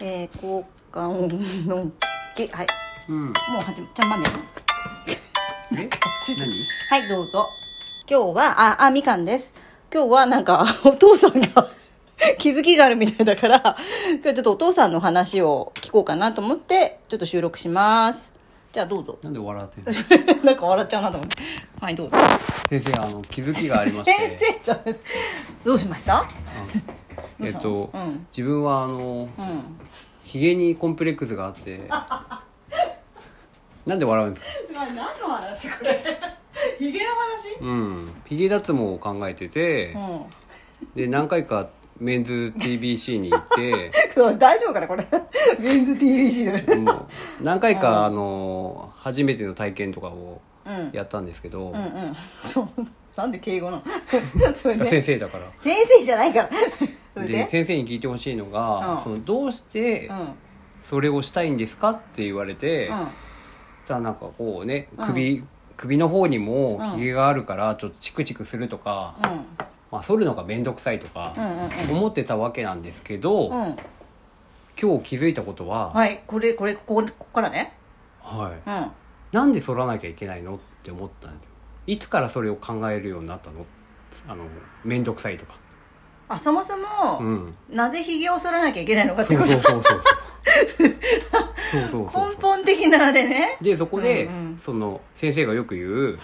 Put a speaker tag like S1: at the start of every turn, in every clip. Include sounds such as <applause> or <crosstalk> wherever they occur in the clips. S1: えー、交換音のきはい
S2: うん。
S1: もう始めちゃんまんね
S2: え何
S1: はいどうぞ今日はああみかんです今日はなんかお父さんが気づきがあるみたいだから今日ちょっとお父さんの話を聞こうかなと思ってちょっと収録しますじゃあどうぞ <laughs>
S2: なんで笑ってんの
S1: なんか笑っちゃうなと思ってはいどうぞ
S2: 先生、あの、気づきがありまし
S1: <laughs> 先
S2: て。
S1: 生じゃないどうしました
S2: えっと
S1: うん、
S2: 自分は、あの、
S1: うん
S2: ヒゲにコンプレックスがあって。なんで笑うんですか
S1: 何の話これ <laughs> ヒゲの話
S2: うん。ヒゲ脱毛を考えてて、
S1: うん
S2: で、何回かメンズ TBC に
S1: <laughs>
S2: 行って、
S1: 大丈夫か <laughs> なこれ <laughs> メンズ TBC で
S2: もう何回か、あの、初めての体験とかを
S1: うん
S2: やったんですけど、
S1: うんうんちょなんで敬語なの <laughs> それで
S2: 先生だから。
S1: 先生じゃないからそれ
S2: で
S1: で
S2: 先生に聞いてほしいの
S1: うん
S2: が、そのどうして
S1: うんうん
S2: それをしたいんですかって言われて、さあなんかこうね
S1: うん
S2: 首、首の方にも
S1: うん
S2: ひげがあるからちょっとチクチクするとか、まあ、剃るのが面倒くさいと
S1: うんうん
S2: か
S1: うん
S2: 思ってたわけなんですけど、
S1: うんうん
S2: 今日気づいたことは、はい
S1: はいこれこれここここからねうん
S2: なんで剃らなきゃいけないのって思ったんですよいつからそれを考えるようになったのあの面倒くさいとか、
S1: あそもそも <laughs>
S2: うん、
S1: なぜひげを剃らなきゃいけないのかっ
S2: そ
S1: て
S2: う
S1: こ
S2: そう
S1: と
S2: そうそう
S1: <laughs>
S2: そうそうそう
S1: 根
S2: そう
S1: 本的なあれね
S2: でそこで、
S1: うんうん
S2: その先生がよく言う、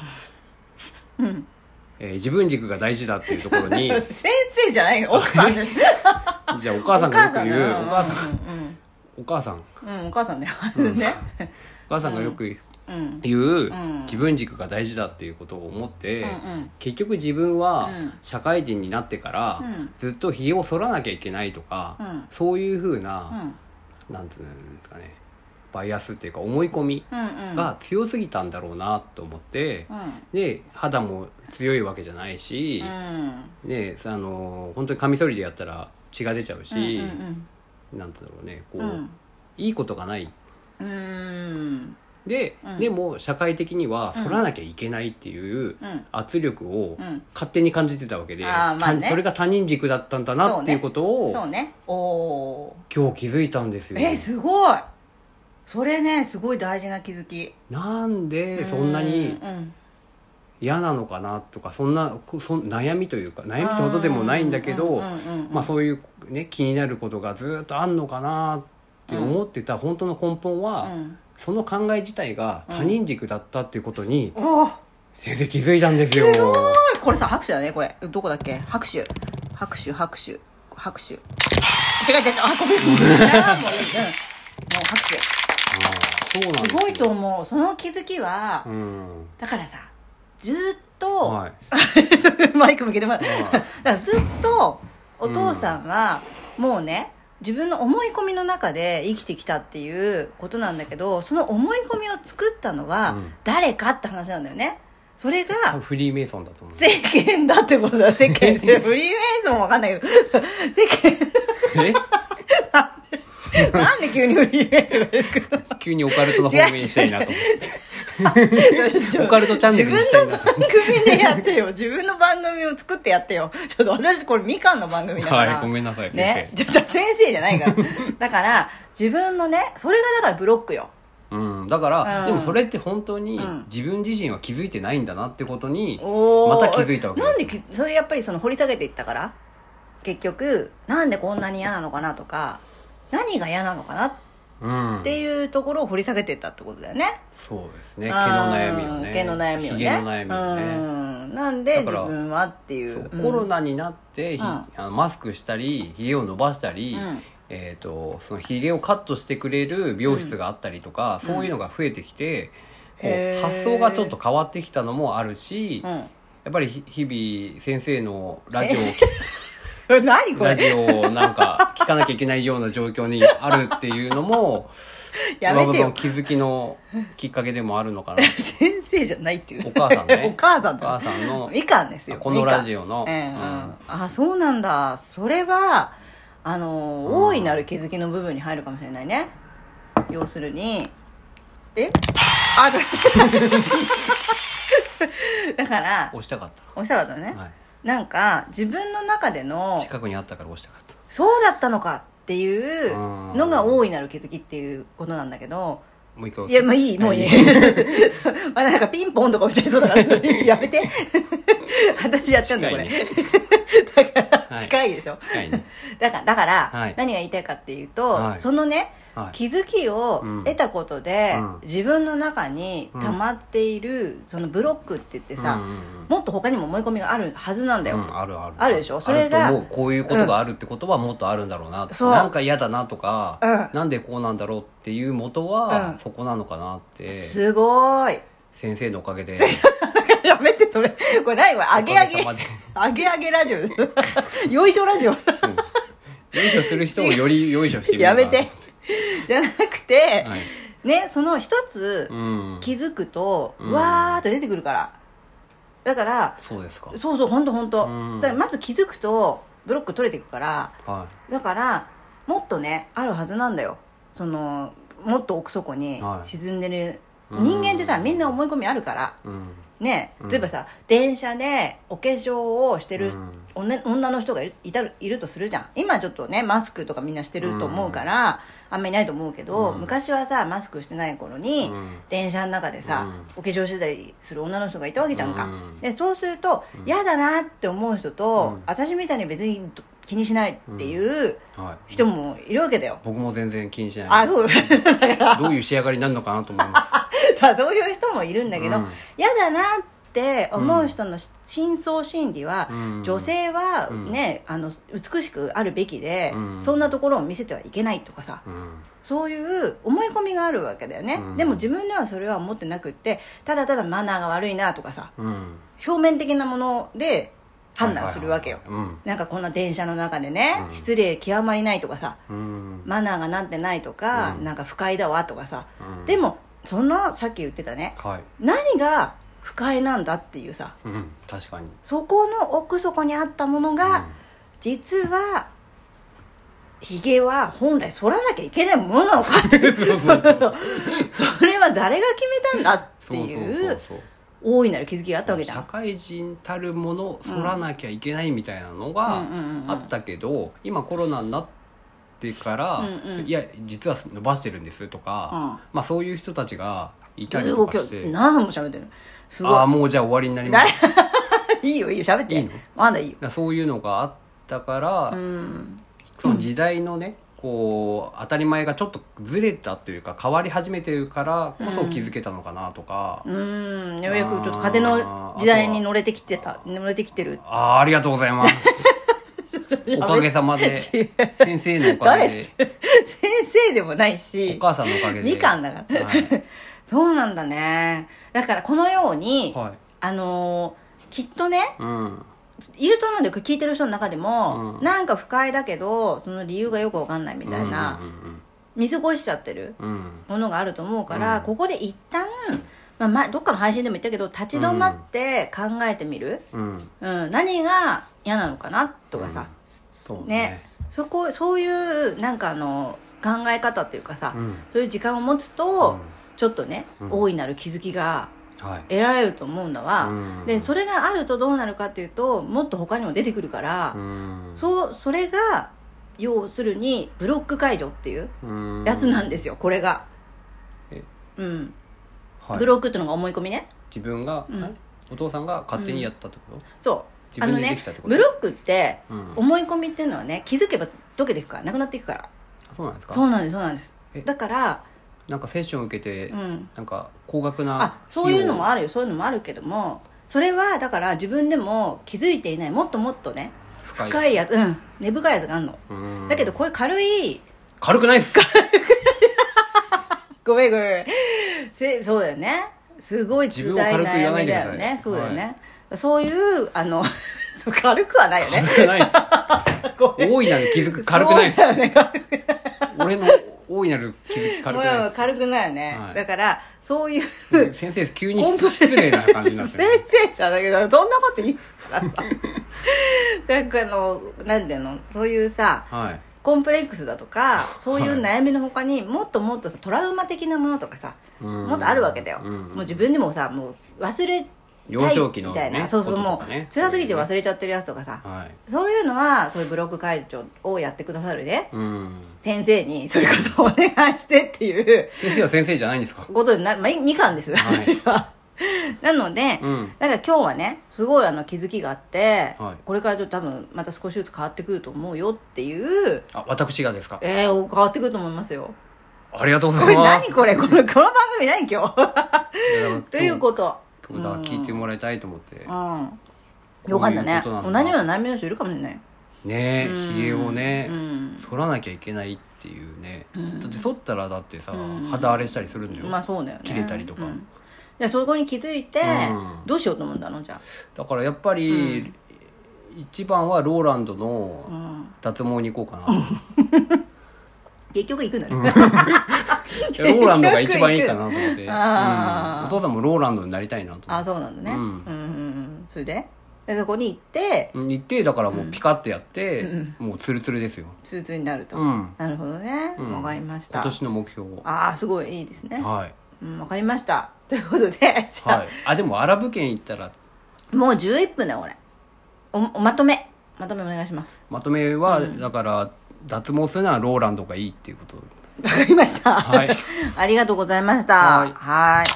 S1: うん
S2: えー自分軸が大事だっていうところに
S1: <laughs> 先生じゃないよ
S2: <laughs>
S1: 奥さんだよ
S2: じゃあお母さんがよく言うお
S1: お
S2: 母
S1: 母
S2: さ
S1: さ
S2: ん
S1: んだようん
S2: お母さんお
S1: うんうんうんお母さんだよね
S2: 母さんがよく
S1: うん
S2: 言う、
S1: ん
S2: 自分軸が大事だっていうことを思って、
S1: うんうん
S2: 結局自分
S1: う
S2: は
S1: ん
S2: 社会人になってから、
S1: うん
S2: ずっとひげを剃らなきゃいけないとか、
S1: うん
S2: そういうふう
S1: う
S2: な、
S1: ん
S2: なんつうんですかねバイアスっていうか思い込み
S1: うんうん
S2: が強すぎたんだろうなと思って、
S1: うん
S2: で肌も強いわけじゃないし、
S1: うん
S2: ねあの本当にカミソリでやったら血が出ちゃうし、
S1: うん
S2: なんつうんだろうねこ
S1: うん
S2: う、
S1: うんうん
S2: いいことがない
S1: うん
S2: で、
S1: うん
S2: でも社会的には反らなきゃいけないっていう
S1: うん
S2: 圧力を
S1: うん
S2: 勝手に感じてたわけで、
S1: あーまあね
S2: たそれが他人軸だったんだなっていうことを、
S1: そうねおお
S2: 今日気づいたんです
S1: ー
S2: よ、
S1: えすごいそれねすごい大事な気づき
S2: なんでそんなに
S1: うん
S2: 嫌なのかなとかそんなそん悩みというか悩みってほどでもないんだけど、
S1: うんうんうんうん
S2: まあ、そういう、ね、気になることがずっとあんのかなって思ってた本当の根本は、
S1: うん
S2: その考え自体が他人軸だったっていうことに
S1: おー
S2: 先生気づいたんですよ、
S1: これさ拍手だねこれどこだっけ拍手拍手拍手拍手違う違う違うあ
S2: <laughs>
S1: ごめんごめんもういいうんもう拍手
S2: あーそうなんですすよ
S1: ごいと思うその気づきは
S2: うん
S1: だからさずーっと、
S2: はい
S1: <laughs> マイク向けてもらう
S2: はい
S1: だからずっとお父さんはもうね、自分の思い込みの中で生きてきたっていうことなんだけどその思い込みを作ったのは
S2: うん
S1: 誰かって話なんだよねそれ
S2: 多分
S1: が
S2: フリーメイソンだと思う
S1: 世間だってことだ世間ってフリーメイソンもわかん
S2: <laughs>
S1: ないけど世
S2: え
S1: 間なんで急にフリーメイソンが出てくるの
S2: 急にオカルトの方面にしたいなと思ってオカルトチャンネルにし
S1: 自
S2: た
S1: 分
S2: い
S1: の
S2: なと
S1: 番組でやってよ自分の番組を作ってやってよちょっと私これみかんの番組だから
S2: はいごめんなさい先生
S1: ね <laughs> じゃじゃ先生じゃ <laughs> ないからだから自分のねそれがだからブロックよ
S2: うん、だから、
S1: うん
S2: でもそれって本当に
S1: うん
S2: 自分自身は気づいてないんだなってことに、
S1: おー
S2: また気づいたわけ
S1: なんで
S2: です
S1: きそれやっぱりその掘り下げていったから結局なんでこんなに嫌なのかなとか何が嫌なのかなっ
S2: うん、
S1: ていうところを掘り下げていったってことだよね、
S2: そうですね毛の
S1: あー
S2: 悩みをね
S1: 毛の悩みをね
S2: ひげの悩みをね、
S1: うんなんで
S2: だ
S1: 自
S2: から
S1: 分はっていう
S2: そう
S1: うん
S2: コロナになって、ひ
S1: うん
S2: あのマスクしたりひげを伸ばしたり、
S1: うん
S2: えー、とそのひげをカットしてくれる美容室があったりとか、そういうのが増えてきて、こ
S1: へー
S2: う発想がちょっと変わってきたのもあるし、
S1: うん
S2: やっぱりひ日々先生のラジオを
S1: <laughs> 先え何こ
S2: ラ
S1: れ
S2: ジオをなんか聞かなきゃいけないような状況にあるっていうのも
S1: <laughs> やめて
S2: 今
S1: よ
S2: の気づきのきっかけでもあるの
S1: <laughs>
S2: かな
S1: 先生じゃないっていう
S2: お母さん
S1: <laughs>
S2: ね
S1: お母さ
S2: お
S1: ん
S2: 母
S1: だ
S2: さんの
S1: みかんですよ
S2: このラジオの
S1: みかんええ
S2: うん
S1: うんあそうなんだそれはあの
S2: うん
S1: 大いなる気づきの部分に入るかもしれないね要するにえあ
S2: <laughs>
S1: だから
S2: 押したかった、
S1: おっしゃかったのね、
S2: は
S1: なんか自分の中での
S2: い、近くにあったから押したかった
S1: そうだったのかっっていうのが大いなる気づきっていうことなんだけど
S2: もう一回
S1: いやまあいいもういい <laughs> まあなんかピンポンとか押しちゃいそうだから
S2: <laughs>
S1: それやめて私やっちゃうんだこれ、 <laughs> だから
S2: はい
S1: 近いでしょ、
S2: 近いね
S1: だからだから、
S2: はい
S1: 何が言いたいかっていうと、
S2: はい
S1: そのね
S2: はい
S1: 気づきを
S2: うん
S1: 得たことで、
S2: うん
S1: 自分の中に溜まっているそのブロックって言って <laughs> さ、
S2: うんうんうん
S1: もっと他にも思い込みがあるはずなんだよ、
S2: うんあるある
S1: あるでしょそれが
S2: あると思うこういうことがあるってことはもっとあるんだろうな、
S1: そう
S2: なんか嫌だなとか、
S1: うん
S2: なんでこうなんだろうっていう元
S1: うん
S2: はそこなのかなって、
S1: すごーい <laughs>
S2: 先生のおかげで
S1: やめてそれこれ何これあげあげ
S2: おかげさまで
S1: あげあげラジオですよいしょラジオ <laughs>
S2: よいしょする人をよりよいしょしてみよ
S1: や
S2: うか
S1: め
S2: なと
S1: て <laughs> じゃなくて、
S2: はい
S1: ねその一つ
S2: うん
S1: 気づくと、
S2: うん
S1: わーっと出てくるからだから
S2: そうですか
S1: そうそう本当本当
S2: うん
S1: だからまず気づくとブロック取れていくから
S2: は
S1: だからもっとねあるはずなんだよそのもっと奥底に
S2: はい
S1: 沈んでる、
S2: うん
S1: 人間ってさみんな思い込みあるから
S2: い、うん
S1: ね
S2: うん
S1: 例えばさ、電車でお化粧をしてる、
S2: うん
S1: おね女の人がいるいたるいるとするじゃん今ちょっとねマスクとかみんなしてると思うから、あんまりないと思うけど、
S2: うん
S1: 昔はさマスクしてない頃に、
S2: うん
S1: 電車の中でさ、お化粧してたりする女の人がいたわけじゃんか、
S2: うん
S1: でそうすると
S2: うん
S1: 嫌、だなって思う人と、
S2: うん
S1: 私みたいに別に気にしないっていう
S2: はい、
S1: 人もいるわけだよ、
S2: 僕も全然気にしない
S1: あそう <laughs> だから
S2: どういう仕上がりになるのかなと思
S1: <laughs>
S2: います
S1: さそういう人もいるんだけど
S2: うん
S1: 嫌、だなって思う人の真相心理は、
S2: うん
S1: 女性はね、あの美しくあるべきで、
S2: うん
S1: そんなところを見せてはいけないとかさ
S2: うん
S1: そういう思い込みがあるわけだよね、
S2: うん
S1: でも自分ではそれは思ってなくってただただマナーが悪いなとかさ
S2: うん
S1: 表面的なもので判断するわけよ、
S2: はいはいはい
S1: なんかこんな電車の中でね、
S2: うん
S1: 失礼極まりないとかさ
S2: うん
S1: マナーがなってないとか、
S2: うん
S1: なんか不快だわとかさ、
S2: うん
S1: でもそんなさっき言ってたね
S2: はい、
S1: 何が不快なんだっていうさ
S2: うん、確かに
S1: そこの奥底にあったものが、
S2: うん
S1: 実はひげは本来剃らなきゃいけないものなのかって
S2: <laughs>
S1: <laughs> それは誰が決めたんだって
S2: そうそう
S1: い
S2: そううそう
S1: 大いなる気づきがあったわけじゃ
S2: 社
S1: ん
S2: 会人たるもの反らなきゃいけないみたいなのが
S1: うんうんうんうん
S2: あったけど、今コロナになってから、
S1: うんうん
S2: いや実は伸ばしてるんですとか、まあ、そういう人たちがいたり
S1: 中
S2: と
S1: 国
S2: か
S1: 今
S2: して
S1: 日何分も喋ってるすごい
S2: ああもうじゃあ終わりにな
S1: <laughs>
S2: りますだか
S1: いいよいいよ喋って
S2: いいの
S1: まだいいよ
S2: らそういうのがあったから、
S1: うん
S2: その時代のねこう当たり前がちょっとずれたというか変わり始めてるからこそ気づけたのかなとか、
S1: うんようやくちょっと風の時代に乗れてきてた乗れてきてる
S2: ああありがとうございますおかげさま
S1: <laughs>
S2: で
S1: 違う
S2: 先生のおかげで
S1: <laughs> 先生でもないし
S2: お母さんのおかげで
S1: みかんだから
S2: はい
S1: <laughs> そうなんだねだからこのように、
S2: はい
S1: あのーきっとね
S2: うん
S1: いると思うんだよ聞いてる人の中でも、
S2: うん
S1: なんか不快だけどその理由がよくわかんないみたいな、
S2: うん
S1: 見過ごしちゃってる
S2: うんうんうん
S1: ものがあると思うから、
S2: うん
S1: ここで一旦、まあ、前どっかの配信でも言ったけど立ち止まって考えてみる、
S2: うん
S1: うん何が嫌なのかなとかさ、
S2: うんそう
S1: ね
S2: ね
S1: そこそういうなんかあの考え方っていうかさ、
S2: うん
S1: そういう時間を持つと、
S2: うん
S1: ちょっとね、
S2: うん
S1: 大いなる気づきが
S2: はい
S1: 得られると思うんだわ、
S2: うん
S1: でそれがあるとどうなるかっていうともっと他にも出てくるから、
S2: うん
S1: そうそれが要するにブロック解除っていう
S2: うん
S1: やつなんですよこれが
S2: え
S1: うん、
S2: はい
S1: ブロックっていうのが思い込みね
S2: 自分が
S1: うん
S2: えお父さんが勝手にやったってこ
S1: そうあ
S2: 自
S1: の
S2: 分で
S1: ね
S2: できたってこと
S1: ブロックって
S2: とうん
S1: 思い込みっていうのはね気づけば解けていくからなくなっていくから
S2: あそうなんです
S1: そ
S2: か
S1: うなんですそうなんです
S2: え
S1: だから
S2: なんかセッション受けて
S1: うん
S2: なんか高額な
S1: あそういうのも
S2: あ
S1: あるよそういうのもあるけどもそれはだから自分でも気づいていないもっともっとね
S2: 深
S1: 深いやつうん根深いやつがあるの、
S2: うん
S1: だけどこういう軽い
S2: 軽くないですか
S1: ごめんごめんせそうだよねすごい
S2: 自
S1: 重
S2: 分を
S1: 大
S2: 軽く言
S1: 悩
S2: わな
S1: み
S2: いでく
S1: だ
S2: ださ
S1: よ
S2: い
S1: ねそうだよね、そういうあの <laughs> そう軽くはないよね
S2: 軽くないです
S1: <laughs> ごめん
S2: 大いなる気づく軽くないです
S1: そうだよね軽 <laughs> く
S2: 俺の大いなる気づき軽
S1: も
S2: くな
S1: う
S2: い
S1: 軽くないよね、
S2: はい
S1: だからそういう
S2: です先生急に失礼な感じになって
S1: <laughs> 先
S2: る
S1: 生じゃないけどそんなこと言うからさ <laughs> なんかあのなんていうのそういうさ
S2: はい
S1: コンプレックスだとかそういう
S2: は
S1: 悩みのほかにもっともっとさトラウマ的なものとかさ
S2: うん
S1: もっとあるわけだよ、
S2: うん
S1: もう自分でもさもう忘れ
S2: 幼少期の
S1: み
S2: ね
S1: たいなそうそう
S2: ことと
S1: も
S2: か
S1: う
S2: ね
S1: 辛すぎて忘れちゃってるやつとかさ
S2: はい
S1: そういうのはそういうブロック解除をやってくださるね
S2: うん
S1: 先生にそれこそお願いしてっていう
S2: 先生は先生じゃないんですか
S1: ことになる、まあ、2巻です、
S2: はい
S1: 私は <laughs> なので、
S2: うん
S1: なんか今日はねすごいあの気づきがあって、
S2: はい
S1: これからちょっと多分また少しずつ変わってくると思うよっていう
S2: あ私がですか
S1: えー、変わってくると思いますよ
S2: ありがとうご
S1: こ
S2: ざ
S1: れ
S2: います
S1: 何これこのこの番組何今日
S2: <laughs> や
S1: ということ
S2: 今日だから聞いてもらいたいと思って、
S1: うんよかったね
S2: こういうこ
S1: 同
S2: となんだ
S1: じような悩みの人いるかもしれない
S2: ねえ
S1: うん
S2: ひげをね、
S1: うん
S2: 剃らなきゃいけないっていうね、だって剃ったらだってさ、
S1: うん
S2: 肌荒れしたりするんだよ、
S1: まあそうだよね
S2: 切れたりとか
S1: うんじゃあそこに気づいて、
S2: うん
S1: どうしようと思うんだのじゃ
S2: だからやっぱり、一番はローランド
S1: あ、う
S2: の
S1: ん、
S2: 脱毛に行こうか
S1: <laughs>
S2: な、
S1: 結局行くんだね、
S2: いやローランドが一番いいかなと思っ
S1: <laughs>
S2: て、
S1: あー
S2: うんお父さんもローランドになりたいなと思
S1: あ
S2: っ
S1: そうなんだね、う
S2: うん
S1: ん、うんうんそれででそこに行って
S2: て行ってだからもうピカってやって、
S1: うん
S2: もうツルツルですよ、
S1: スーツになると、
S2: うん
S1: なるほどね
S2: うん
S1: わ、かりました
S2: 今年の目標を
S1: ああすごいいいですね
S2: はい、
S1: うんわかりましたということでじゃあ
S2: はい、あでもアラブ圏行ったら
S1: もう11分だよこれおおまとめまとめお願いします
S2: まとめは、だから脱毛するならローランドがいいっていう
S1: <laughs>
S2: こと
S1: わかりました、
S2: はい
S1: <laughs> ありがとうございました
S2: はい
S1: はーい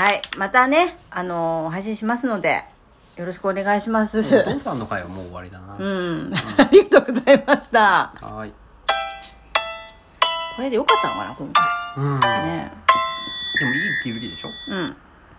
S1: はいまたねあのー配信しますのでよろしくお願いします
S2: お父さんの会はもう終わりだな、
S1: うんありがとうございました
S2: はい
S1: これでよかったのかな今
S2: うんでも
S1: 回ね
S2: いい気づきでしょ
S1: うん